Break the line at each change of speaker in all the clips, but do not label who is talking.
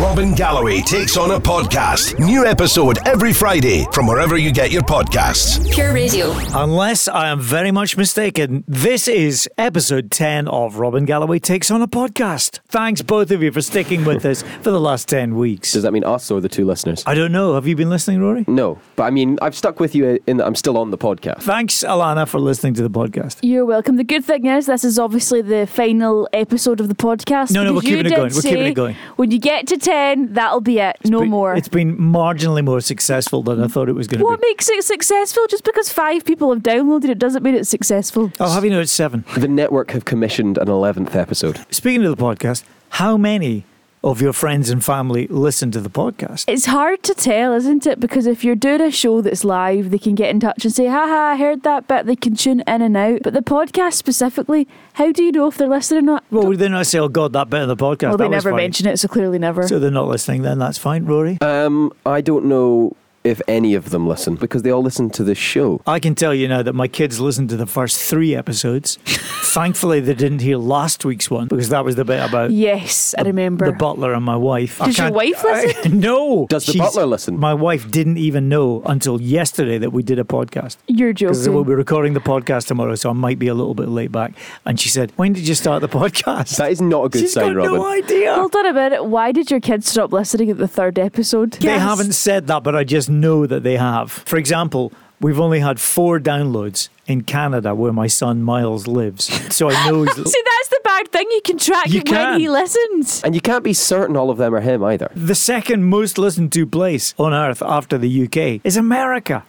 Robin Galloway takes on a podcast. New episode every Friday from wherever you get your podcasts.
Pure Radio.
Unless I am very much mistaken, this is episode 10 of Robin Galloway Takes on a Podcast. Thanks, both of you, for sticking with us for the last 10 weeks.
Does that mean us or the two listeners?
I don't know. Have you been listening, Rory?
no, but I mean, I've stuck with you in that I'm still on the podcast.
Thanks, Alana, for listening to the podcast.
You're welcome. The good thing is, this is obviously the final episode of the podcast.
No, no,
because
we're keeping
you
it
did
going. We're keeping
say
it going.
When you get to 10, that'll be it. no
But
more.
It's been marginally more successful than I thought it was going to
What
be.
makes it successful? Just because five people have downloaded it doesn't mean it's successful.
I'll Oh, have you know it's seven.
The network have commissioned an 11th episode.
Speaking of the podcast, how many of your friends and family listen to the podcast?
It's hard to tell, isn't it? Because if you're doing a show that's live, they can get in touch and say, haha, I heard that bit. They can tune in and out. But the podcast specifically, how do you know if they're listening or not?
Well, would they not say, oh, God, that bit of the podcast?
well,
that
they
was
never
funny."
mention it, so clearly never.
So uh, they're not listening then, that's fine. Rory?
Um, I don't know if any of them listen because they all listen to this show.
I can tell you now that my kids listened to the first three episodes. Thankfully, they didn't hear last week's one because that was the bit about
yes, I remember.
the butler and my wife. I
Does your
can't-
wife listen?
I- no.
Does the butler listen?
My wife didn't even know until yesterday that we did a podcast.
you're
Because
joking.
we'll be recording the podcast tomorrow, so I might be a little bit late back. And she said, "When did you start the podcast?"
That is not a good
She's
sign,
got
Robin.
no idea.
Hold on a minute. Why did your kids stop listening at the third episode?
They haven't said that, but I just know that they have. For example, we've only had four downloads in Canada where my son Miles lives. So I know he's.
See, that's the bad thing. You can track
You
when
can.
he listens.
And you can't be certain all of them are him either.
the second most listened to place on earth after the UK is America.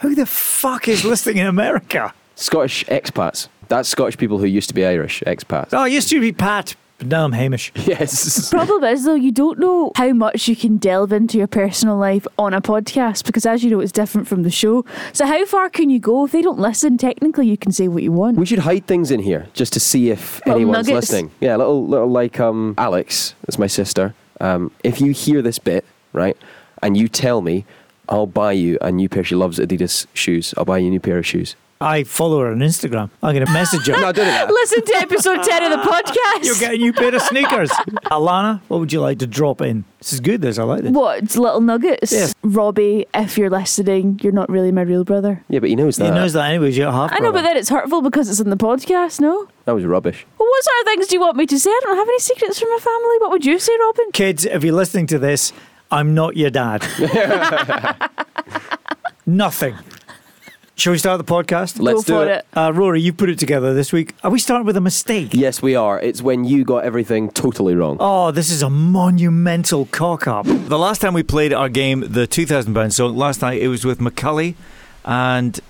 Who the fuck is listening in America?
Scottish expats. That's Scottish people who used to be Irish expats.
Oh, it used to be Pat, but now I'm Hamish.
Yes.
Problem is, though, you don't know how much you can delve into your personal life on a podcast because, as you know, it's different from the show. So, how far can you go? If they don't listen, technically, you can say what you want.
We should hide things in here just to see if
Little
anyone's
nuggets.
listening. Yeah, little little like um Alex, that's my sister. Um, if you hear this bit, right, and you tell me, I'll buy you a new pair. She loves Adidas shoes. I'll buy you a new pair of shoes.
I follow her on Instagram. I'm going to message her.
No, don't do that.
listen to episode 10 of the podcast.
You'll get a new pair of sneakers. Alana, what would you like to drop in? This is good, this. I like this.
what? It's Little nuggets?
Yes.
Robbie, if you're listening, you're not really my real brother.
Yeah, but he knows that.
He knows that anyways. You're half.
I know, but then it's hurtful because it's in the podcast, no?
That was rubbish.
Well, what sort of things do you want me to say? I don't have any secrets from my family. What would you say, Robin?
kids, if you're listening to this, I'm not your dad. Nothing. Shall we start the podcast?
Let's do
for
it.
it.
Uh, Rory, you put it together this week. Are we starting with a mistake?
Yes, we are. It's when you got everything totally wrong.
Oh, this is a monumental cock up. The last time we played our game, the two thousand pound song, last night it was with McCully, and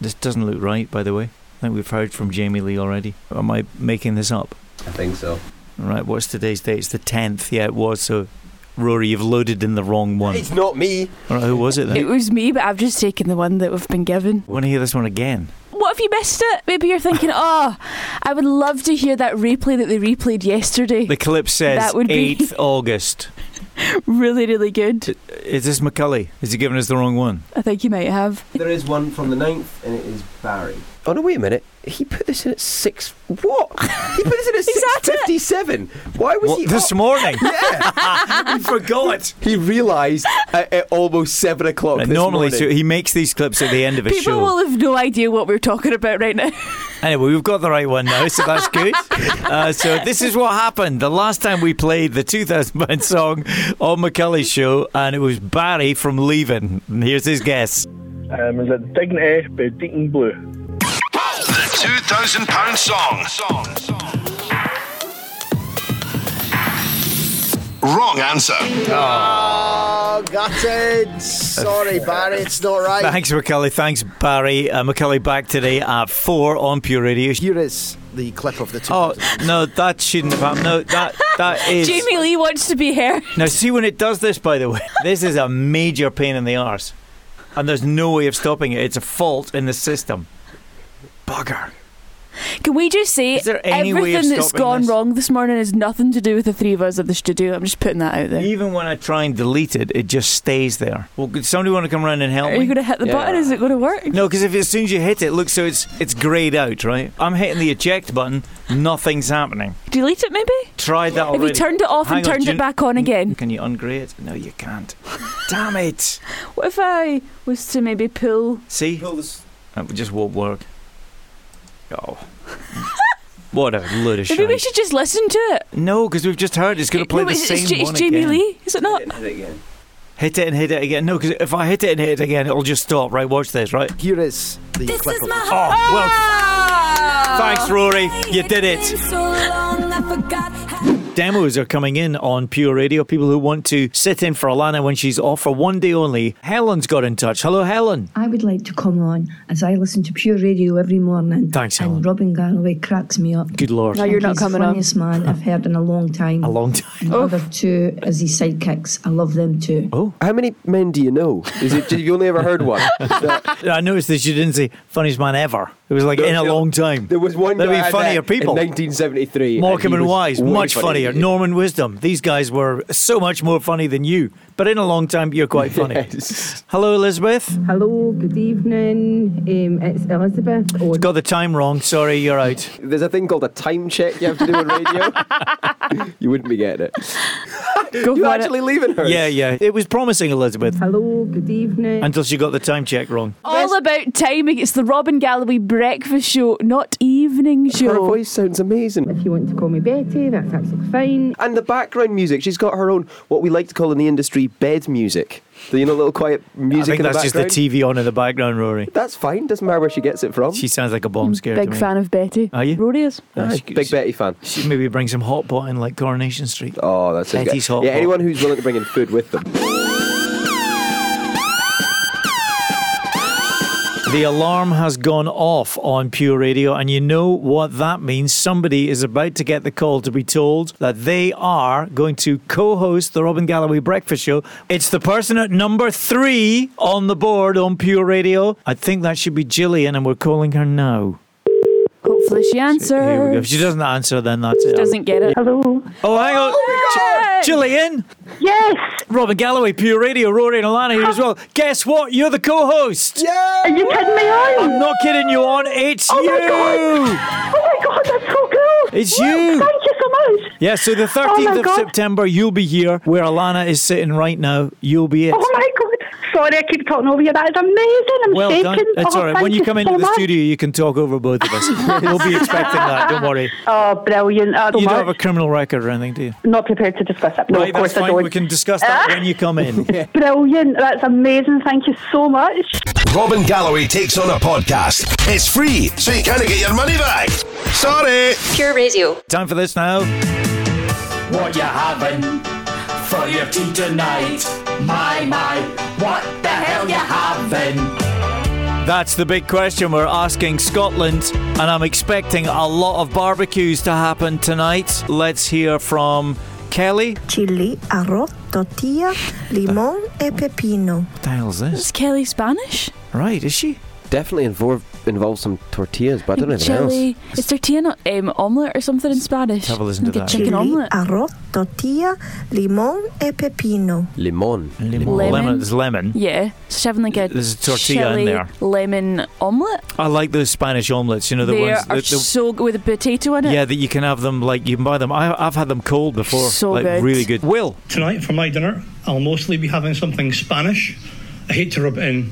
this doesn't look right, by the way. I think we've heard from Jamie Lee already. Am I making this up?
I think so.
Right, what's today's date? It's the tenth. Yeah, it was. So, Rory, you've loaded in the wrong one.
It's not me.
All right, who was it
It
then?
was me, but I've just taken the one that we've been given.
Want to hear this one again?
What if you missed it? Maybe you're thinking, oh, I would love to hear that replay that they replayed yesterday.
The clip says
That would be-
eighth August.
really, really good.
Is this McCully? Is he giving us the wrong one?
I think you might have.
There is one from the 9th, and it is Barry. Oh no! Wait a minute. He put this in at six. What? He put this in at six
at it.
fifty-seven. Why was
What,
he
this
up?
morning?
Yeah.
I forgot.
he realised at, at almost seven o'clock. This
Normally,
morning.
so he makes these clips at the end of his
People
show.
will have no idea what we're talking about right now.
Anyway, we've got the right one now, so that's good. uh, so this is what happened. The last time we played the 2000 pound song on McCully's show, and it was Barry from Leaving. And here's his guess.
Um, is it Dignity by Deacon Blue?
The 2000 pound song. Wrong answer.
Oh, gutted. Sorry, Barry, it's not right.
Thanks, McCully. Thanks, Barry. Uh, McCully back today at four on Pure Radio.
Here is the clip of the two.
Oh no, that shouldn't have happened. No, that that is.
Jamie Lee wants to be here.
Now, see when it does this. By the way, this is a major pain in the arse, and there's no way of stopping it. It's a fault in the system. Bugger.
Can we just say
Is there any way of
everything that's
stopping
gone
this?
wrong this morning has nothing to do with the three of us at the studio? I'm just putting that out there.
Even when I try and delete it, it just stays there. Well, could somebody want to come around and help
Are you
me?
going to hit the
Yeah.
button? Is it going to work?
No, because if as soon as you hit it, look, so it's it's grayed out, right? I'm hitting the eject button, nothing's happening.
Delete it, maybe.
Tried that
Have
already.
you turned it off
Hang
and
on,
turned
do
it
you- Mm.
back on again?
Can you ungray it? No, you can't. Damn it!
What if I was to maybe pull?
See, it just won't work. Oh, what a load of
Maybe we
shite.
should just listen to it.
No, because we've just heard it's going to play
No,
the
it's,
same
it's, Ja- it's
one
Jamie
again.
Lee, is it not?
Hit it and hit it again. No, because if I hit it and hit it again, it'll just stop. Right, watch this. Right.
Here is the clip of it.
Oh well. Thanks, Rory. You did it. Demos are coming in on Pure Radio. People who want to sit in for Alana when she's off for one day only. Helen's got in touch. Hello, Helen.
I would like to come on as I listen to Pure Radio every morning.
Thanks, Helen.
And Robin Garraway cracks me up.
Good lord.
No, you're not
He's
coming
the
on.
funniest man I've heard in a long time.
A long time.
The other two is his sidekicks. I love them too.
Oh.
How many men do you know? Is it you only ever heard one?
I noticed that you didn't say funniest man ever. It was like in a
no.
long time.
There was one.
There'd
guy I
be funnier
met
people.
In 1973.
Morecambe
he
and
was
Wise,
way
much funnier. Norman Wisdom. These guys were so much more funny than you. But in a long time, you're quite funny.
Yes.
Hello, Elizabeth.
Hello, good evening. Um, it's Elizabeth. Oh,
Got the time wrong. Sorry, you're out.
There's a thing called a time check you have to do on radio. you wouldn't be getting it.
Go
You're
for
actually
it.
leaving her.
Yeah, yeah. It was promising, Elizabeth,
hello, good evening.
until she got the time check wrong.
All about timing. It's the Robin Galloway breakfast show, not evening
Her
show.
voice sounds amazing.
if you want to call me Betty, that's absolutely fine.
And the background music, she's got her own, what we like to call in the industry, bed music. The, you know, little quiet
I
music
think
in the
that's just the
background.
TV on in the background, Rory.
That's fine, doesn't matter where she gets it from.
She sounds like a bomb scare. to
Big
me.
fan of Betty.
Are you?
Rory is.
Ah,
Aye,
she-
Big
she-
Betty fan.
She'd maybe bring some hot pot in like Coronation Street.
Oh, that's so good.
Betty's hot
Yeah,
pot.
anyone who's willing to bring in food with them.
The alarm has gone off on Pure Radio, and you know what that means. Somebody is about to get the call to be told that they are going to co host the Robin Galloway Breakfast Show. It's the person at number three on the board on Pure Radio. I think that should be Gillian, and we're calling her now.
Hopefully she
Here we go.
answers.
If she doesn't answer, then that's it.
Doesn't get it.
Hello.
Oh, hang on.
Yay!
Gi- Gillian?
Yes,
Robin Galloway, Pure Radio, Rory and Alana here as well. Guess what? You're the co-host.
are you kidding me on?
I'm not kidding you on. It's you.
my Oh my god, that's so cool.
It's you.
Thank you so much. Oh
Yeah, so the 13th
my
of
God.
September, you'll be here where Alana is sitting right now. You'll be it.
Oh my god. Sorry, I keep talking over you. That is amazing. I'm
well
shaking.
done. That's
oh,
all right.
thank
When you come into
so
the
much.
studio, you can talk over both of us. we'll be expecting that. Don't worry.
Oh, brilliant. Oh, much.
you don't have a criminal record or anything, do you?
Not prepared to discuss it. No,
right,
of course
that's fine.
I don't.
We can discuss that when you come in.
Brilliant. That's amazing. Thank you so much.
Robin Galloway takes on a podcast. It's free, so you kind of get your money back. Sorry.
Pure Radio.
Time for this now.
What you having for your tea tonight? My, my, what the hell you having?
That's the big question we're asking Scotland, and I'm expecting a lot of barbecues to happen tonight. Let's hear from Kelly.
Chili, arroz, tortilla, limon e pepino.
What the hell's this?
Is Kelly Spanish?
Right, is she?
Definitely involve, involves some tortillas, but I don't know anything else.
Chili. Is tortilla not um, omelette or something in Spanish?
Have a listen to
Like
that.
chicken omelette.
arroz, tortilla, limon e pepino.
Lemon.
Lemon.
Lemon.
It's lemon.
Yeah, she's having like a
There's a tortilla in
chili
there.
lemon omelette.
I like those Spanish omelets. You know the
they
ones.
are
that- the-
so good with a potato in it.
yeah, that you can have them like you can buy them. I, I've had them cold before.
So
like,
good.
Really good. Will.
Tonight for my dinner, I'll mostly be having something Spanish. I hate to rub it in,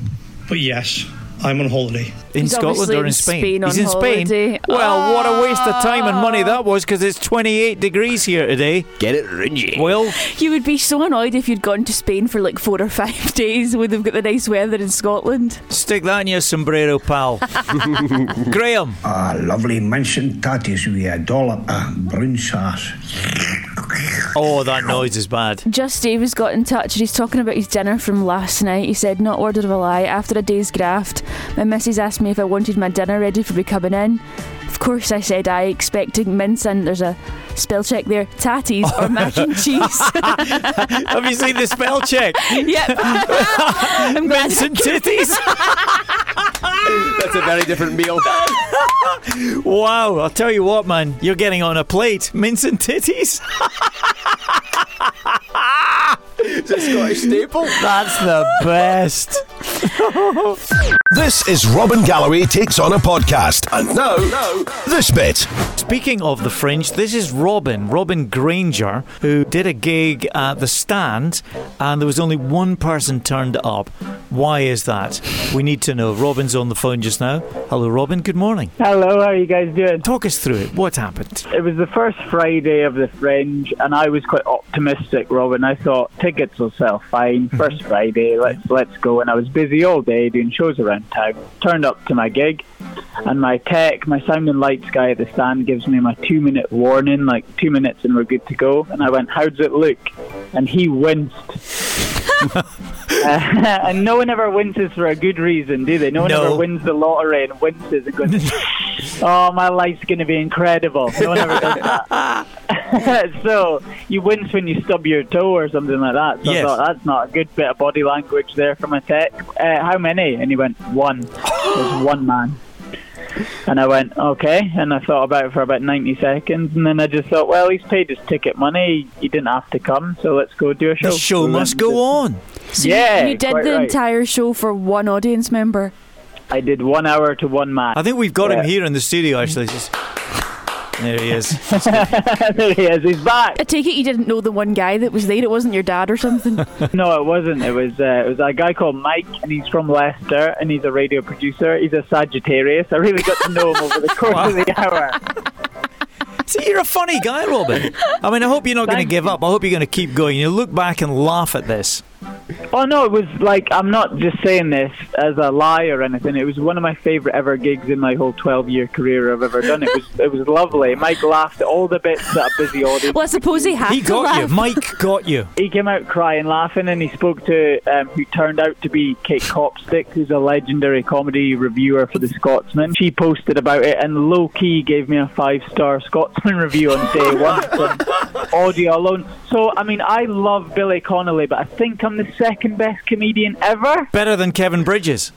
but yes, I'm on holiday.
In
He's
Scotland
obviously
or in
in
Spain?
Spain
He's
on
in Spain.
holiday. Ah.
Well, what a waste of time and money that was because it's 28 degrees here today.
Get it, Ringy.
Will,
You would be so annoyed if you'd gone to Spain for like four or five days when they've got the nice weather in Scotland.
stick that in your sombrero, pal. Graham.
A lovely mincing tatties with a dollop of brown sauce.
Oh, that noise is bad.
Just Dave has got in touch and he's talking about his dinner from last night. He said, Not order of a lie, after a day's graft, my missus asked me if I wanted my dinner ready for me coming in. Of course, I said I expecting mince and there's a spell check there, tatties or mac and cheese.
Have you seen the spell check?
yep. I'm glad.
Mince and titties.
That's a very different meal.
Wow, I'll tell you what, man, you're getting on a plate. Mince and titties?
It's a Scottish staple.
That's the best.
This is Robin Galloway Takes On a Podcast. And now, this bit.
Speaking of the fringe, this is Robin, Robin Granger, who did a gig at the stand and there was only one person turned up. Why is that? We need to know. Robin's on the phone just now. Hello, Robin. Good morning.
Hello, how are you guys doing?
Talk us through it. What happened?
It was the first Friday of the Fringe, and I was quite optimistic, Robin. I thought tickets will sell fine.
Mhm.
First Friday, let's let's go. And I was busy all day doing shows around town. Turned up to my gig, and my tech, my sound and lights guy at the stand, gives me my two-minute warning, like two minutes and we're good to go. And I went, "How does it look?" And he winced. and no one ever winces for a good reason, do they? No one
No.
ever wins the lottery and winces and goes, Oh, my life's going to be incredible. No one ever does that. so you wince when you stub your toe or something like that. So
Yes.
I thought that's not a good bit of body language there from a tech. Uh, how many? And he went, one. There's one man. And I went, okay. And I thought about it for about 90 seconds. And then I just thought, well, he's paid his ticket money. He didn't have to come. So let's go do a show.
The show
We went
must
and did-
go on.
So you-
Yeah,
you, did
quite
the
right.
entire show for one audience member.
I did one hour to one man.
I think we've got him
Yeah.
here in the studio, actually. Just- There he is.
there he is. He's back.
I take it you didn't know the one guy that was there. It wasn't your dad or something.
No, it wasn't. It was uh, it was a guy called Mike, and he's from Leicester, and he's a radio producer. He's a Sagittarius. I really got to know him over the course of the hour.
See, you're a funny guy, Robin. I mean, I hope you're not going to
Thank
give up. I hope you're going to keep going. You look back and laugh at this.
Oh no, it was like I'm not just saying this as a lie or anything. It was one of my favorite ever gigs in my whole 12 year career I've ever done. It was it was lovely. Mike laughed at all the bits that a busy audience.
well, I suppose he had
He
to
got you.
laugh.
Mike got you.
He came out crying, laughing, and he spoke to um, who turned out to be Kate Copstick, who's a legendary comedy reviewer for The Scotsman. She posted about it and low key gave me a five star Scotsman review on day one from audio alone. So, I mean, I love Billy Connolly, but I think I'm the second best comedian ever.
Better than Kevin Bridges.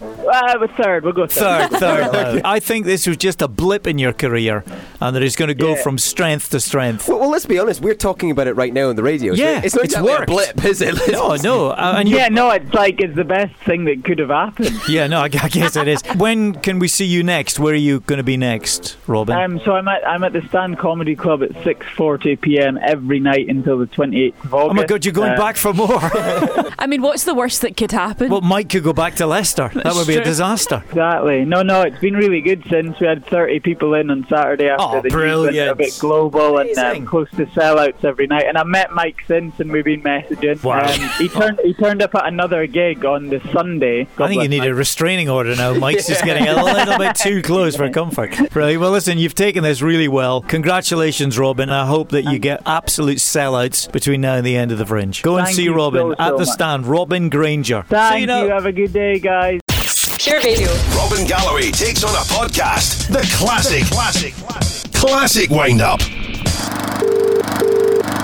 Uh, we're third, we'll go
Third, third. third. I think this was just a blip in your career and that it's going to go
Yeah.
from strength to strength.
Well, well, let's be honest. We're talking about it right now on the radio. so
Yeah,
it's not
it's
exactly a
worked.
blip, is it?
No, no. uh, And you're-
Yeah, no, it's like it's the best thing that could have happened.
yeah, no, I, g- I guess it is. When can we see you next? Where are you going to be next, Robin?
Um, so I'm at I'm at the Stand Comedy Club at 6:40 p.m. every night until the 28th of
oh
August.
my God, you're going
Uh,
back for more.
I mean, what's the worst that could happen?
well, Mike could go back to Leicester. That
That's
would be a
true.
disaster.
Exactly. No, no, it's been really good since we had 30 people in on Saturday after
Oh,
the news
brilliant.
went a bit global and
Amazing.
um, close to sellouts every night. And I met Mike since, and we've been messaging.
Wow.
Um, he turned he turned up at another gig on the Sunday. God
I think you
bless
need
Mike.
a restraining order now. Mike's just getting a little bit too close for comfort. Right. Well, listen, you've taken this really well. Congratulations, Robin. I hope that you get absolute sellouts between now and the end of the fringe. Go and
Thank
see
you
Robin
so, so
at the
much.
stand. Robin Granger. see
Thank
you
you.
now.
Have a good day, guys.
Pure Radio.
Robin Galloway Takes On a Podcast. The classic, classic, classic, classic wind up.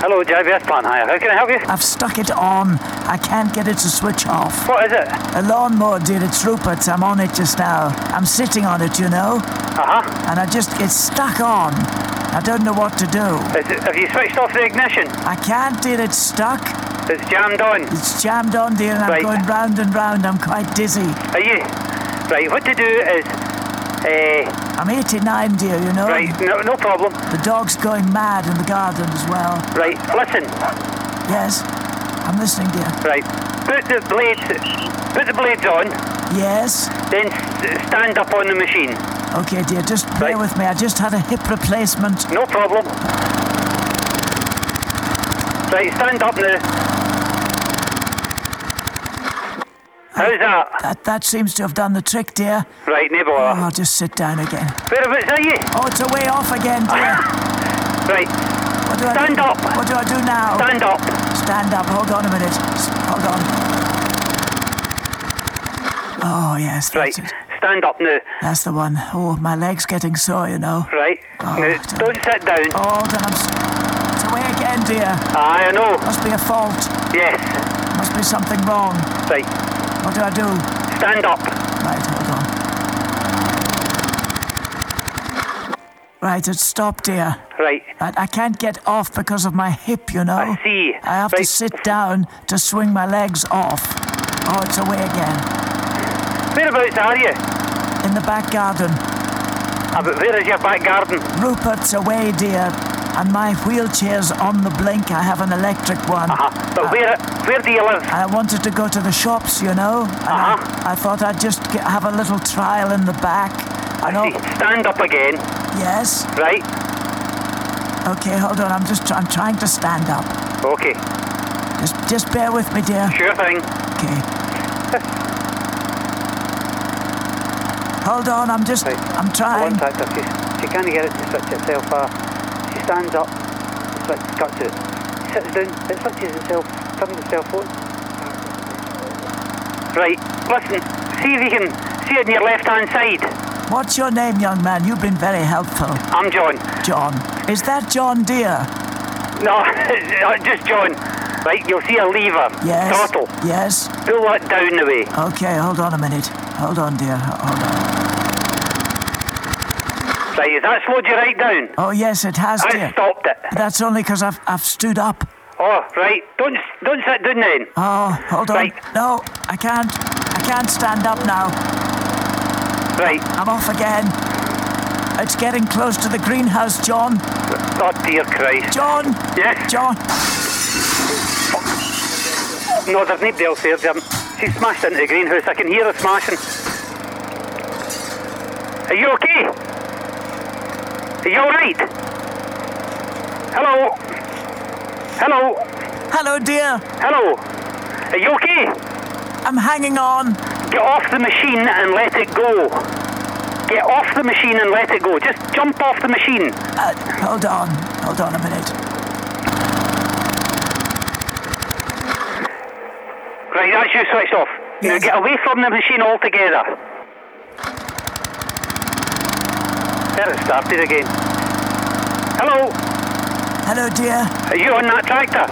Hello, JBS Plant Hire. How can I help you?
I've stuck it on. I can't get it to switch off.
What is it?
A lawnmower, dear. It's Rupert's. I'm on it just now. I'm sitting on it, you know. Uh
Uh-huh.
huh. And I just, it's stuck on. I don't know what to do.
Is it? Have you switched off the ignition?
I can't, dear. It's stuck.
It's jammed on.
It's jammed on, dear, and I'm
Right.
going round and round. I'm quite dizzy.
Are you? Right, what to do is. Uh,
I'm 89, dear, you know.
right, no, no problem.
The dog's going mad in the garden as well.
Right, listen.
Yes. I'm listening, dear.
Right, put the blades, put the blades on.
Yes.
Then s- stand up on the machine.
Okay, dear, just bear with me. I just had a hip replacement.
No problem. Right, stand up now. How's that?
That, that seems to have done the trick, dear.
Right, no
Oh,
bother.
I'll just sit down again.
Whereabouts are you?
Oh, it's a way off again, dear.
Right,
What do I
Stand
do?
up.
What do I do now?
stand up.
Stand up. Hold on a minute. S- Hold on. Oh, yes,
Right,
that's it.
stand up now.
That's the one. Oh, my leg's getting sore, you know.
Right.
Oh,
now,
it's-
don't sit down.
Hold on. I'm s- It's away again, dear.
Aye, I know.
Must be a fault.
Yes.
Must be something wrong.
Right.
What do I do?
Stand up.
Right, hold on. Right, it's stopped here.
Right.
I, I can't get off because of my hip, you know.
I see.
I have to
Right.
sit down to swing my legs off. Oh, it's away again.
Whereabouts are you?
In the back garden.
Ah, but where is your back garden?
Rupert's away, dear, and my wheelchair's on the blink. I have an electric one.
Uh-huh.
Ah.
But where where do you live?
I wanted to go to the shops, you know. and Ah, I, I thought I'd just get, have a little trial in the back. I know.
Stand up again.
Yes.
Right.
Okay, hold on. I'm just try- I'm trying to stand up.
Okay.
Just just bear with me, dear.
Sure thing.
Okay. Hold on. I'm just I'm trying.
One factor, she, she can't get it to switch itself off. She stands up, the switch cuts it. Sits down, it switches itself, turns itself on.
Right. Listen. See if you can see it on your left hand side.
What's your name, young man? You've been very helpful.
I'm John.
John. Is that John Dear?
No, uh, just John. Right. You'll see a lever.
Yes.
Throttle.
Yes.
Pull that down the way.
Okay, hold on a minute. Hold on, dear. Hold on.
Right. Has that slowed you right down?
Oh, yes, it has, dear.
I stopped it.
That's only because I've, I've stood up.
Oh, right. Don't don't sit down then.
Oh, hold on. No, I can't. I can't stand up now.
Right.
I'm off again. It's getting close to the greenhouse, John.
Oh dear Christ.
John.
Yes.
John.
No, there's nobody else there, Jim. She smashed into the greenhouse. I can hear her smashing. Are you okay? Are you all right? Hello. Hello.
Hello, dear.
Hello. Are you okay?
I'm hanging on.
Get off the machine and let it go. Get off the machine and let it go. Just jump off the machine.
Uh, hold on. Hold on a minute.
Right, that's you switched off. Now get away from the machine altogether. There it started again. Hello,
Hello, dear.
are you on that tractor?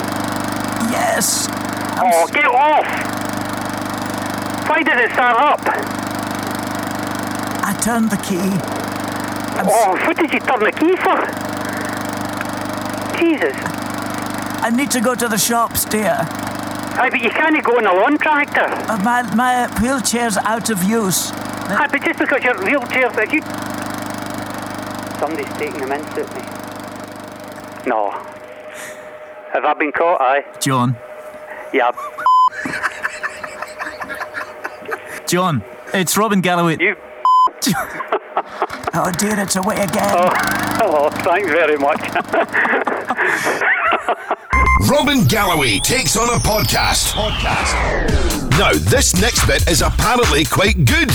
Yes.
oh, get off! Why did it start up?
I turned the key.
oh, what did you turn the key for? Jesus.
I need to go to the shops, dear.
Aye, but you can't go on a lawn tractor.
Uh, my, my wheelchair's out of use.
Aye, but just because your wheelchair's... If you...
Somebody's taking a mince at me.
No. Have I been caught? Aye.
John.
Yeah.
John, it's Robin Galloway.
You.
Oh, dear, it's away again.
Oh, thanks very much.
Robin Galloway takes on a podcast. Now, this next bit is apparently quite good.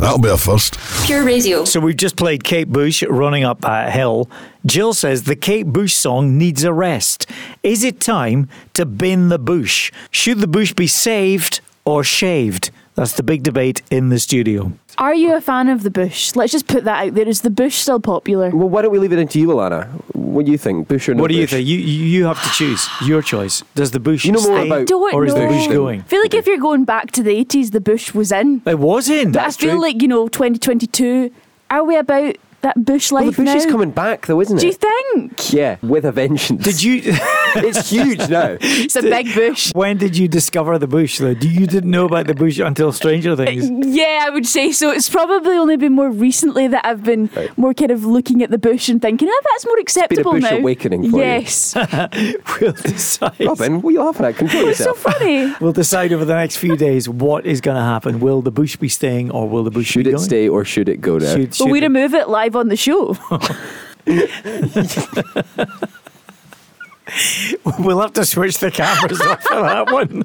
That'll be a first.
Pure Radio.
So we've just played Kate Bush running up a hill. Jill says the Kate Bush song needs a rest. Is it time to bin the bush? Should the bush be saved or shaved? That's the big debate in the studio.
Are you a fan of the bush? Let's just put that out there. Is the bush still popular?
Well, why don't we leave it into you, Alana? What do you think, Bush or no
what do you
Bush?
think? You you you have to choose. Your choice. Does the bush
You know more
stay
about-
Don't
or is
know.
the bush
I
going?
feel like if you're going back to the 80s, the bush was in.
It was in.
But I feel like, you know, 2022, are we about that bush life
Well, the Bush
now?
is coming back, though, isn't it?
Do you think?
Yeah, with a vengeance. Did
you?
it's huge now.
It's a big bush.
When did you discover the bush though? Do you didn't know about the bush until Stranger Things?
Yeah, I would say so. It's probably only been more recently that I've been more kind of looking at the bush and thinking, ah, that's more acceptable
bush
now.
awakening for you.
yes.
we'll decide.
Robin, what are you laughing at? Control
What's so
yourself.
funny?
We'll decide over the next few days what is going to happen. Will the bush be staying or will the bush
Should
be
it
going?
stay or should it go now?
Should-
Will we
should-
remove it live on the show?
we'll have to switch the cameras off for that one.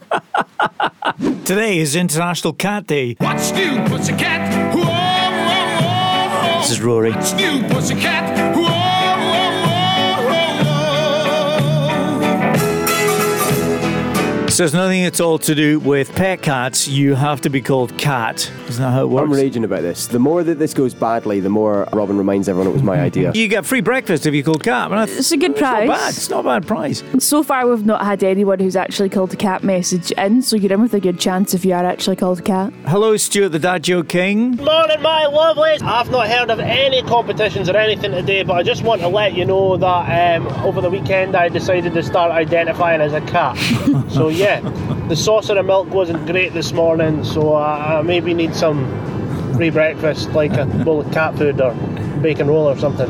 Today is International Cat Day.
What's new, pussycat? Whoa, whoa, whoa.
This is Rory.
What's new, pussycat? Whoa, whoa, whoa, whoa, whoa.
So it's nothing at all to do with pet cats. You have to be called cat. Isn't that how it works?
I'm raging about this. The more that this goes badly, the more Robin reminds everyone it was my idea.
You get free breakfast if you call cat. And I-
It's a good
Not
price.
bad. It's not a bad price.
So far, we've not had anyone who's actually called a cat message in, so you're in with a good chance if you are actually called a cat.
Hello, Stuart the Dad Joe King.
Morning, my lovelies. I've not heard of any competitions or anything today, but I just want to let you know that um, over the weekend I decided to start identifying as a cat. so yeah, the saucer of milk wasn't great this morning, so I, I maybe need some free breakfast, like a bowl of cat food or bacon roll or something.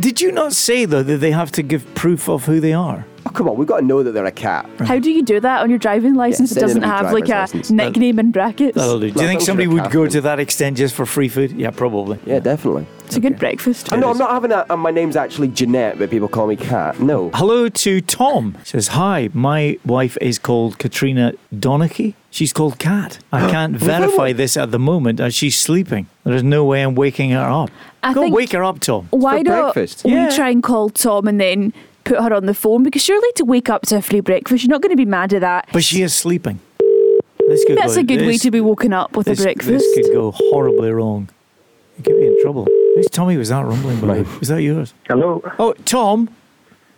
Did you not say, though, that they have to give proof of who they are?
Oh, come on, we've got to know that they're a cat.
How do you do that on your driving license?
Yeah,
it
send in
doesn't
a
have like a
driver's license.
nickname in brackets.
That'll do. Do you
Well,
think
those
somebody
are
would go to that extent just for free food? Yeah, probably.
Yeah, definitely.
It's a good breakfast.
Oh, no, I'm not having that. And my name's actually Jeanette, but people call me Cat. No.
Hello to Tom. Says, Hi, my wife is called Katrina Donachie. She's called Cat. I can't verify this at the moment as she's sleeping. There's no way I'm waking her up.
I
Go
think-
wake her up, Tom.
Why don't we
Yeah.
try and call Tom and then put her on the phone? Because surely to wake up to a free breakfast, you're not going to be mad at that.
But she is sleeping. This could
That's
go-
a good way
this-
to be woken up with
this,
a breakfast.
This could go horribly wrong. You could be in trouble. Whose Tommy was that rumbling by? the way? Was that yours? Hello. Oh, Tom.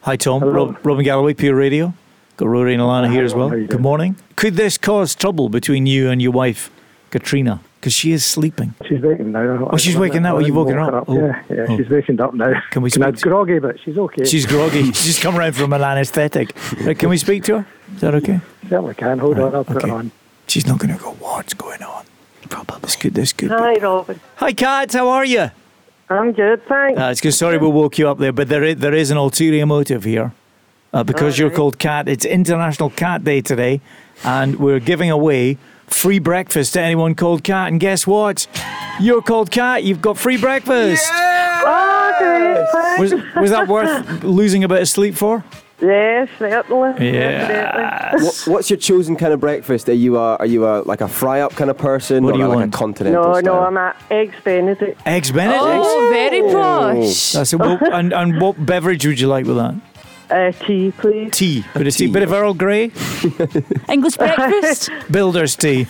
Hi, Tom. Rob, Robin Galloway, Pure Radio. Got Rory and Alana here as well. Good morning. Could this cause trouble between you and your wife, Katrina? Because she is sleeping.
She's waking now.
Oh, she's waking now. Oh, you've woken her up. Oh.
Yeah, yeah.
Oh.
She's waking up now.
Can we
Now,
speak? to-
groggy, but she's okay.
She's groggy. She's just come round from an anaesthetic. Right, can we speak to her? Is that okay?
certainly can. Hold on, I'll put it on.
She's not going to go. What's going on? Probably. This could. This could.
Hi, Robin.
Hi, Kat. How are you?
I'm good, thanks.
Uh, it's good. Sorry we woke you up there, but there is, there is an ulterior motive here. Uh, because you're called Cat, it's International Cat Day today, and we're giving away free breakfast to anyone called Cat. And guess what? You're called Cat, you've got free breakfast.
Oh, great, thanks.
Was, was that worth losing a bit of sleep for?
Yes, certainly.
What, what's your chosen kind of breakfast? Are you a, are you a like a fry up kind of person?
What do
or
you
like
want?
a continental
No, no,
style?
I'm at Eggs Benedict.
Eggs Benedict.
Oh, very posh.
That's it. Well, and, and what beverage would you like with that?
Uh, tea, please.
Tea. Bit of tea. Bit of Earl Grey.
English breakfast.
Builder's tea.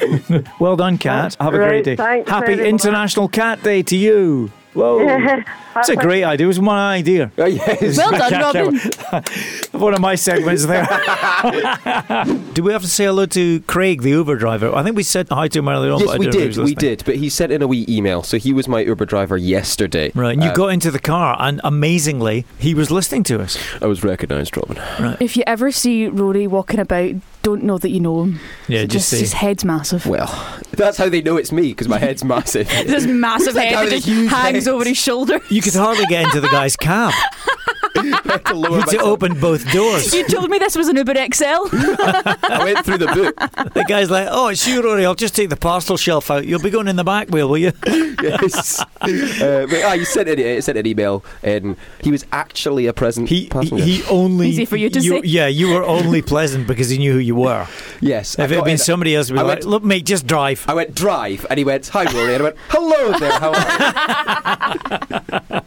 well done, Cat. Have a
Right,
great day.
thanks
Happy
very
International Cat Day to you. Whoa.
Yeah.
It's a great idea. It was my idea. Oh, yes.
Well done, Robin.
One of my segments there. Do we have to say hello to Craig, the Uber driver? I think we said hi to him earlier on, but
Yes,
Oh, I
we
don't know if he
did.
was
We
listening.
did. But he sent in a wee email. So he was my Uber driver yesterday.
Right, and you
Uh,
got into the car, and amazingly, he was listening to us.
I was recognised, Robin.
Right.
If you ever see Rory walking about, don't know that you know him.
Yeah,
So
just
just
say-
his head's massive.
Well, that's how they know it's me because my head's massive.
This massive
That guy
head that
with a
just
huge
hangs
head.
over his shoulder.
You could hardly get into the guy's cab.
to lower
You had to
myself.
open both doors.
You told me this was an Uber XL.
I went through the boot.
The guy's like, "Oh, it's you, Rory. I'll just take the parcel shelf out. You'll be going in the back wheel, will you?"
yes. Uh, but, ah, you sent an, uh, sent an email, and he was actually a present he, passenger.
He only
Easy for you to say.
Yeah, you were only pleasant because he knew who you were.
yes. I
If it had
got
been
in-
somebody else, we'd be
I
like,
went-
"Look, mate, just drive."
I went drive, and he went hi, Rory, and I went hello there. How are you?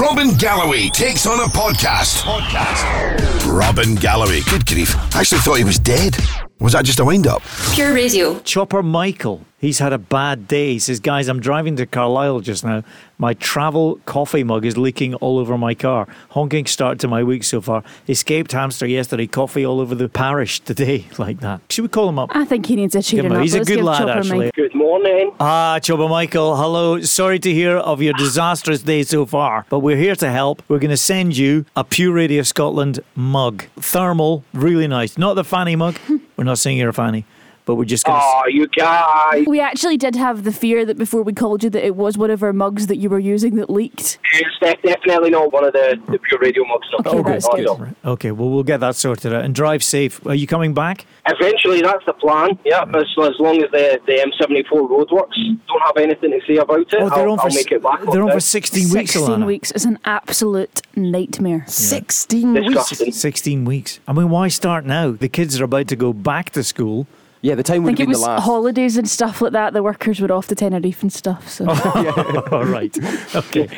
Robin Galloway takes on a podcast. Podcast. Robin Galloway. Good grief. I actually thought he was dead. Was that just a wind up?
Pure Radio.
Chopper Michael, he's had a bad day. He says, Guys, I'm driving to Carlisle just now. My travel coffee mug is leaking all over my car. Honking start to my week so far. Escaped hamster yesterday, coffee all over the parish today, like that. Should we call him up?
I think he needs a
Give
cheering
him a-
up.
he's a
Let's
good
give
lad,
Chopper a
actually.
mic.
Good morning.
Ah, Chopper Michael, hello. Sorry to hear of
Ah.
your disastrous day so far, but we're here to help. We're going to send you a Pure Radio Scotland mug. Thermal, really nice. Not the fanny mug. we're not saying you're a fanny, but we're just going to.
Oh, you guys.
We actually did have the fear that before we called you that it was one of our mugs that you were using that leaked.
It's de- definitely not one of the, the pure radio mugs. Okay,
Oh, right. Okay, well, we'll get that sorted out. And drive safe. Are you coming back?
Eventually, that's the plan. Yeah, as, as long as the, the M74 roadworks don't have anything to say about it,
Oh, they're
I'll,
on for
I'll
s-
make it back.
they're
up
on for
there.
16 weeks,
16
Alana.
weeks is an absolute nightmare.
16
Disgusting.
16 weeks. I mean, why start now? The kids are about to go back to school.
Yeah, the time
I
would have
think
been
it
the
was
last.
holidays and
Oh.
stuff like that. The workers were off to Tenerife and stuff. So
All right. Okay.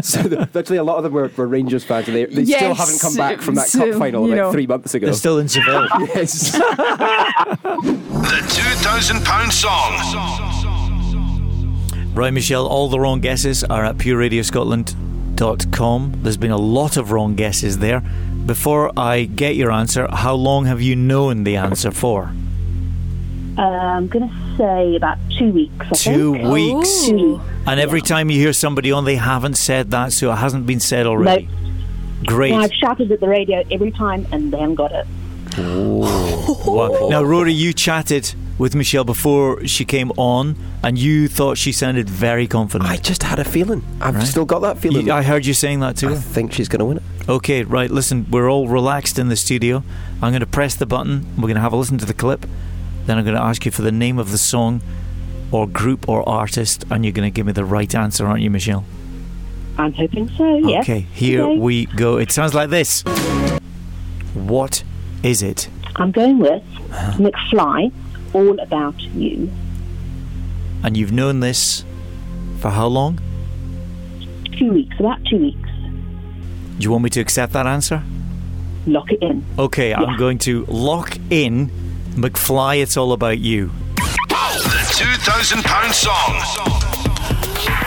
so the- literally, a lot of them were, were Rangers fans, and they, they still
Yes,
haven't come back from that
so,
cup final like
you know.
three months ago.
They're still in Seville.
yes.
The £2,000 song.
Right, Michelle, all the wrong guesses are at pureradioscotland.com. There's been a lot of wrong guesses there. Before I get your answer, how long have you known the answer for?
Uh, I'm going to say about two weeks. I
Two
think.
weeks.
Two weeks.
And every time you hear somebody on, they haven't said that, so it hasn't been said already. Great.
Now, I've shouted at the radio every time and they haven't got it.
Wow. Now, Rory, you chatted with Michelle before she came on, and you thought she sounded very confident. I
just had a feeling. I've still got that feeling.
I heard you saying that too. I
think she's going to win it.
Okay, right. Listen, we're all relaxed in the studio. I'm going to press the button. We're going to have a listen to the clip. Then I'm going to ask you for the name of the song, or group, or artist, and you're going to give me the right answer, aren't you, Michelle?
I'm hoping
Oh,
so, yeah.
Okay, here
Okay.
we go. It sounds like this. What is it?
I'm going with
Uh-huh.
McFly, All About You.
And you've known this for how long?
Two weeks, about two weeks.
Do you want me to accept that answer?
Lock it in.
Okay, I'm going to lock in McFly, it's all about you.
The £2,000 song.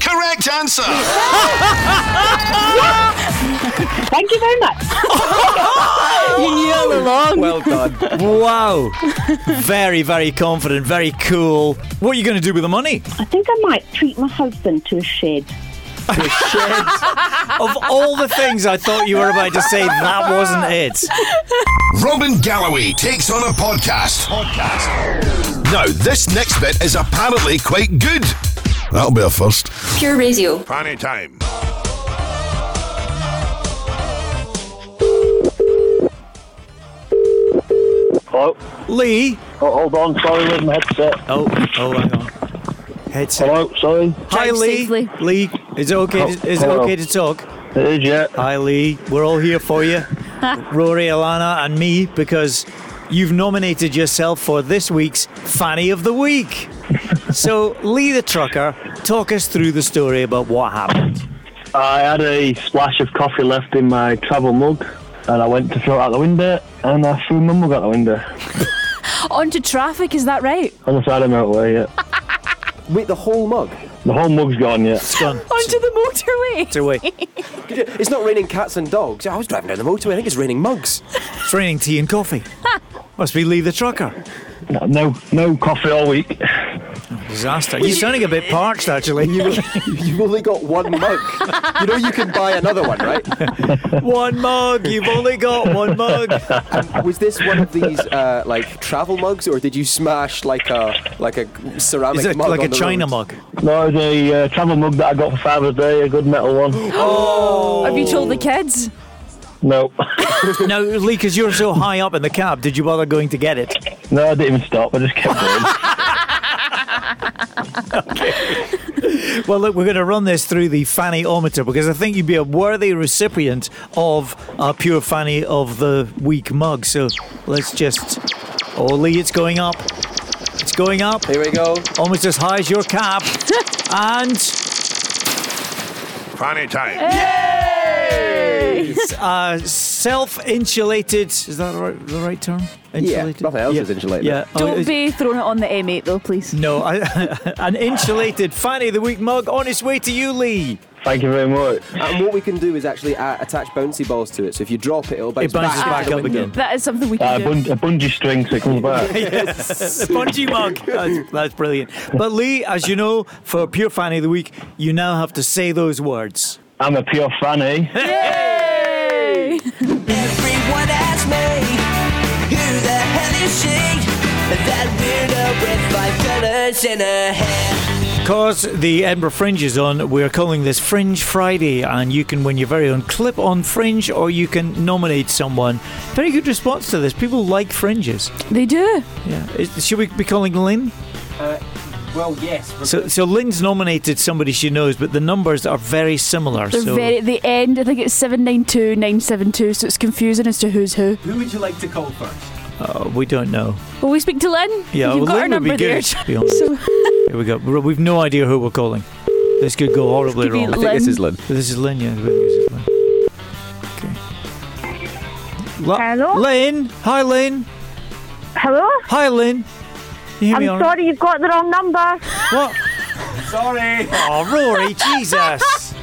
Correct answer.
Thank you very much.
you knew all along.
Well done. wow. Very, very confident, very cool. What are you going to do with the money?
I think I might treat my husband to a shed.
To a shed. of all the things I thought you were about to say, that wasn't it.
Robin Galloway takes on a podcast. podcast. Now, this next bit is apparently quite good. That'll be a first.
Pure Radio.
Panic time.
Hello? Lee?
Oh, hold on, sorry, with my headset.
Oh, oh, hang on. Headset.
Hello, sorry.
Hi,
Drive
Lee.
safely.
Lee, is it okay?
Oh,
To, is it
hello.
okay to talk?
It is, yeah.
Hi, Lee. We're all here for you, Rory, Alana, and me, because you've nominated yourself for this week's Fanny of the Week. so, Lee the trucker, talk us through the story about what happened.
I had a splash of coffee left in my travel mug, and I went to throw it out the window, and I threw my mug out the window
Onto traffic, is that right?
on the side of the motorway. Yeah.
Wait, the whole mug?
The whole mug's gone. Yeah.
It's gone.
Onto the motorway.
It's not raining cats and dogs. I was driving down the motorway. I think it's raining mugs.
It's raining tea and coffee. Must be Lee the trucker.
No, no, no coffee all week.
Disaster. You're sounding a bit parched, actually.
You've only got one mug. You know you can buy another one, right?
one mug. You've only got one mug.
And was this one of these uh, like travel mugs, or did you smash like a like a ceramic
Is it
mug?
like
on
a
the
China
road?
mug?
No, it's a uh, travel mug that I got for Father's Day, a good metal one.
Oh. Have you told the kids?
No,
now, Lee, because you're so high up in the cab, did you bother going to get it?
no, I didn't even stop. I just kept going.
Well, look, we're going to run this through the Fanny-ometer because I think you'd be a worthy recipient of our Pure Fanny of the Week mug. So let's just... Oh, Lee, it's going up. It's going up.
Here we go.
Almost as high as your cap. and...
Fanny time.
It's, uh, self-insulated... Is that the right, the right term? Insulated?
nothing else is insulated.
Yeah. Oh,
Don't
it's-
be throwing it on the M8 though, please.
No, I, an insulated Fanny of the Week mug on its way to you, Lee.
Thank you very much.
And what we can do is actually uh, attach bouncy balls to it. So if you drop it, it'll bounce
bounces back
back, out the
up
window.
again.
Ah, That is something we
Ah,
Uh,
can
a, bun- a bungee string so it comes back.
yes, spongy mug. That's, that's brilliant. But Lee, as you know, for Pure Fanny of the Week, you now have to say those words.
I'm a pure eh? fanny.
Yay! Everyone asks me, who the hell is she? That weirdo with five colors in her hair.
Because the Edinburgh Fringe is on, we are calling this Fringe Friday, and you can win your very own clip on Fringe, or you can nominate someone. Very good response to this. People like fringes.
They do.
Yeah. Is, should we be calling Lynn?
Uh, well, yes. but-
So, so Lynn's nominated somebody she knows, but the numbers are very similar.
They're
so
very at the end. I think it's seven nine two nine seven two, so it's confusing as to who's who.
Who would you like to call first?
Uh, we don't know.
Well, we speak to Lynn.
Yeah, well,
You've got
Lynn
her
would be
number there.
good, to be honest.
So,
Here we go. We're- We've no idea who we're calling. This could go horribly
This could be
wrong.
I think this Lynn. is
Lynn. This is Lynn, yeah. I think this is Lynn. Okay. Hello? Lynn! Hi, Lynn!
Hello?
Hi, Lynn! You hear
I'm
me all right?
sorry, you've got the wrong number.
What? sorry. Oh, Rory, Jesus.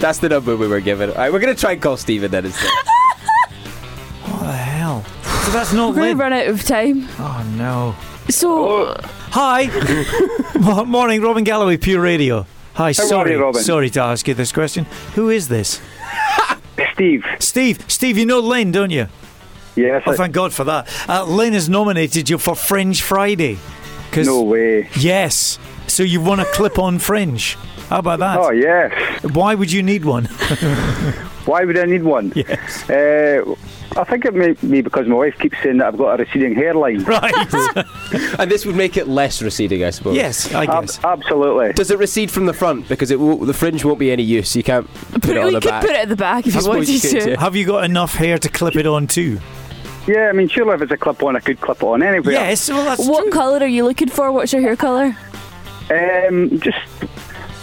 That's the number we were given. All right, we're going to try and call Stephen then instead.
What the hell? So that's not
we're going
Lynn.
to run out of time.
Oh, no.
So,
Hi! Mo- Morning, Robin Galloway, Pure Radio. Hi,
Good
sorry.
morning, Robin.
Sorry to ask you this question. Who is this? Steve. Steve. Steve, you know Lynn, don't you?
Yes.
Oh, thank God for that. Uh, Lynn has nominated you for Fringe Friday. 'Cause-
No way.
Yes. So you won a clip on Fringe. How about that?
Oh yes.
Why would you need one?
Why would I need one?
Yes.
Uh, I think it may be because my wife keeps saying that I've got a receding hairline.
Right.
and this would make it less receding, I suppose.
Yes, I guess.
absolutely.
Does it recede from the front? Because it will, the fringe won't be any use. You can't put,
put
it
it,
on
we
the
could
back.
put it at the back if
I
you
suppose
wanted
you could,
to.
yeah.
Have you got enough hair to clip it on too?
Yeah, I mean, surely if it's a clip on, I could clip it on anywhere.
What colour are you looking for? What's your hair colour?
Um, just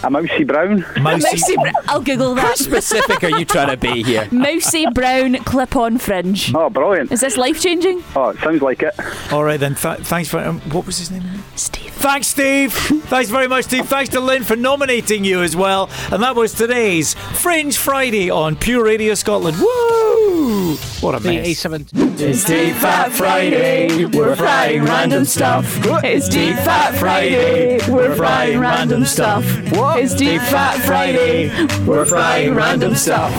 a mousy brown.
Mousy br- I'll Google that.
specific are you trying to be here?
Mousy brown clip on fringe.
Oh, brilliant.
Is this life changing?
Oh, it sounds like it.
All right then. Th- thanks for um, what was his name? Steve. Thanks, Steve. thanks very much, Steve. Thanks to Lynn for nominating you as well. And that was today's Fringe Friday on Pure Radio Scotland. Woo! What a mess.
It's Deep Fat Friday, we're frying random stuff. It's Deep Fat Friday, we're frying random stuff. It's Deep Fat Friday, we're frying random stuff.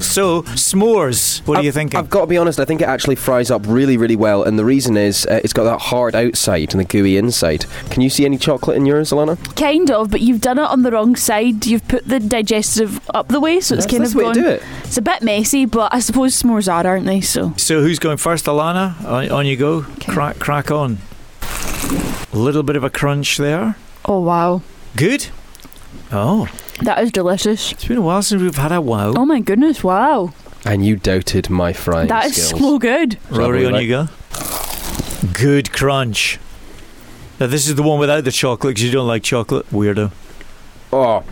So s'mores. What do you think?
I've got to be honest. I think it actually fries up really, really well, and the reason is uh, it's got that hard outside and the gooey inside. Can you see any chocolate in yours, Alana?
Kind of, but you've done it on the wrong side. You've put the digestive up the way, so it's
That's-
kind
that's the
of
way
gone.
to do it.
It's a bit messy, but I suppose s'mores are, aren't they? So
So who's going first, Alana? On, on you go. Crack, crack on. A little bit of a crunch there.
Oh wow,
Good. Oh,
that is delicious.
it's been a while since we've had a wow.
Oh my goodness, wow,
And you doubted my frying
that is
skills.
so good.
Rory, on you go. Good crunch. Now this is the one without the chocolate because you don't like chocolate, weirdo.
Oh.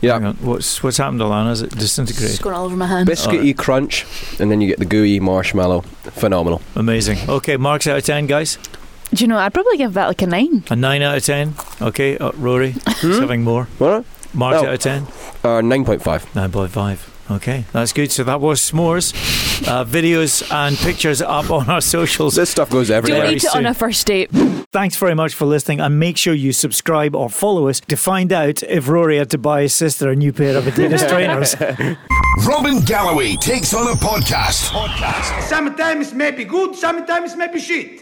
yeah. What's what's happened, Alana? Is it
It's
disintegrated?
going all over my hand.
Biscuity crunch, and then you get the gooey marshmallow. Phenomenal.
Amazing. Okay, marks out of ten, guys.
Do you know? I'd probably give that like a nine.
A nine out of ten. Okay, uh, Rory, who's having more.
What?
Marks
Oh.
out of ten.
Uh, nine point five.
Nine point five. Okay, that's good. So that was s'mores. Uh, videos and pictures up on our socials.
This stuff goes
Don't
everywhere.
eat it on a first date.
Thanks very much for listening, and make sure you subscribe or follow us to find out if Rory had to buy his sister a new pair of Adidas trainers.
Robin Galloway takes on a podcast.
Sometimes may be good, sometimes may be shit.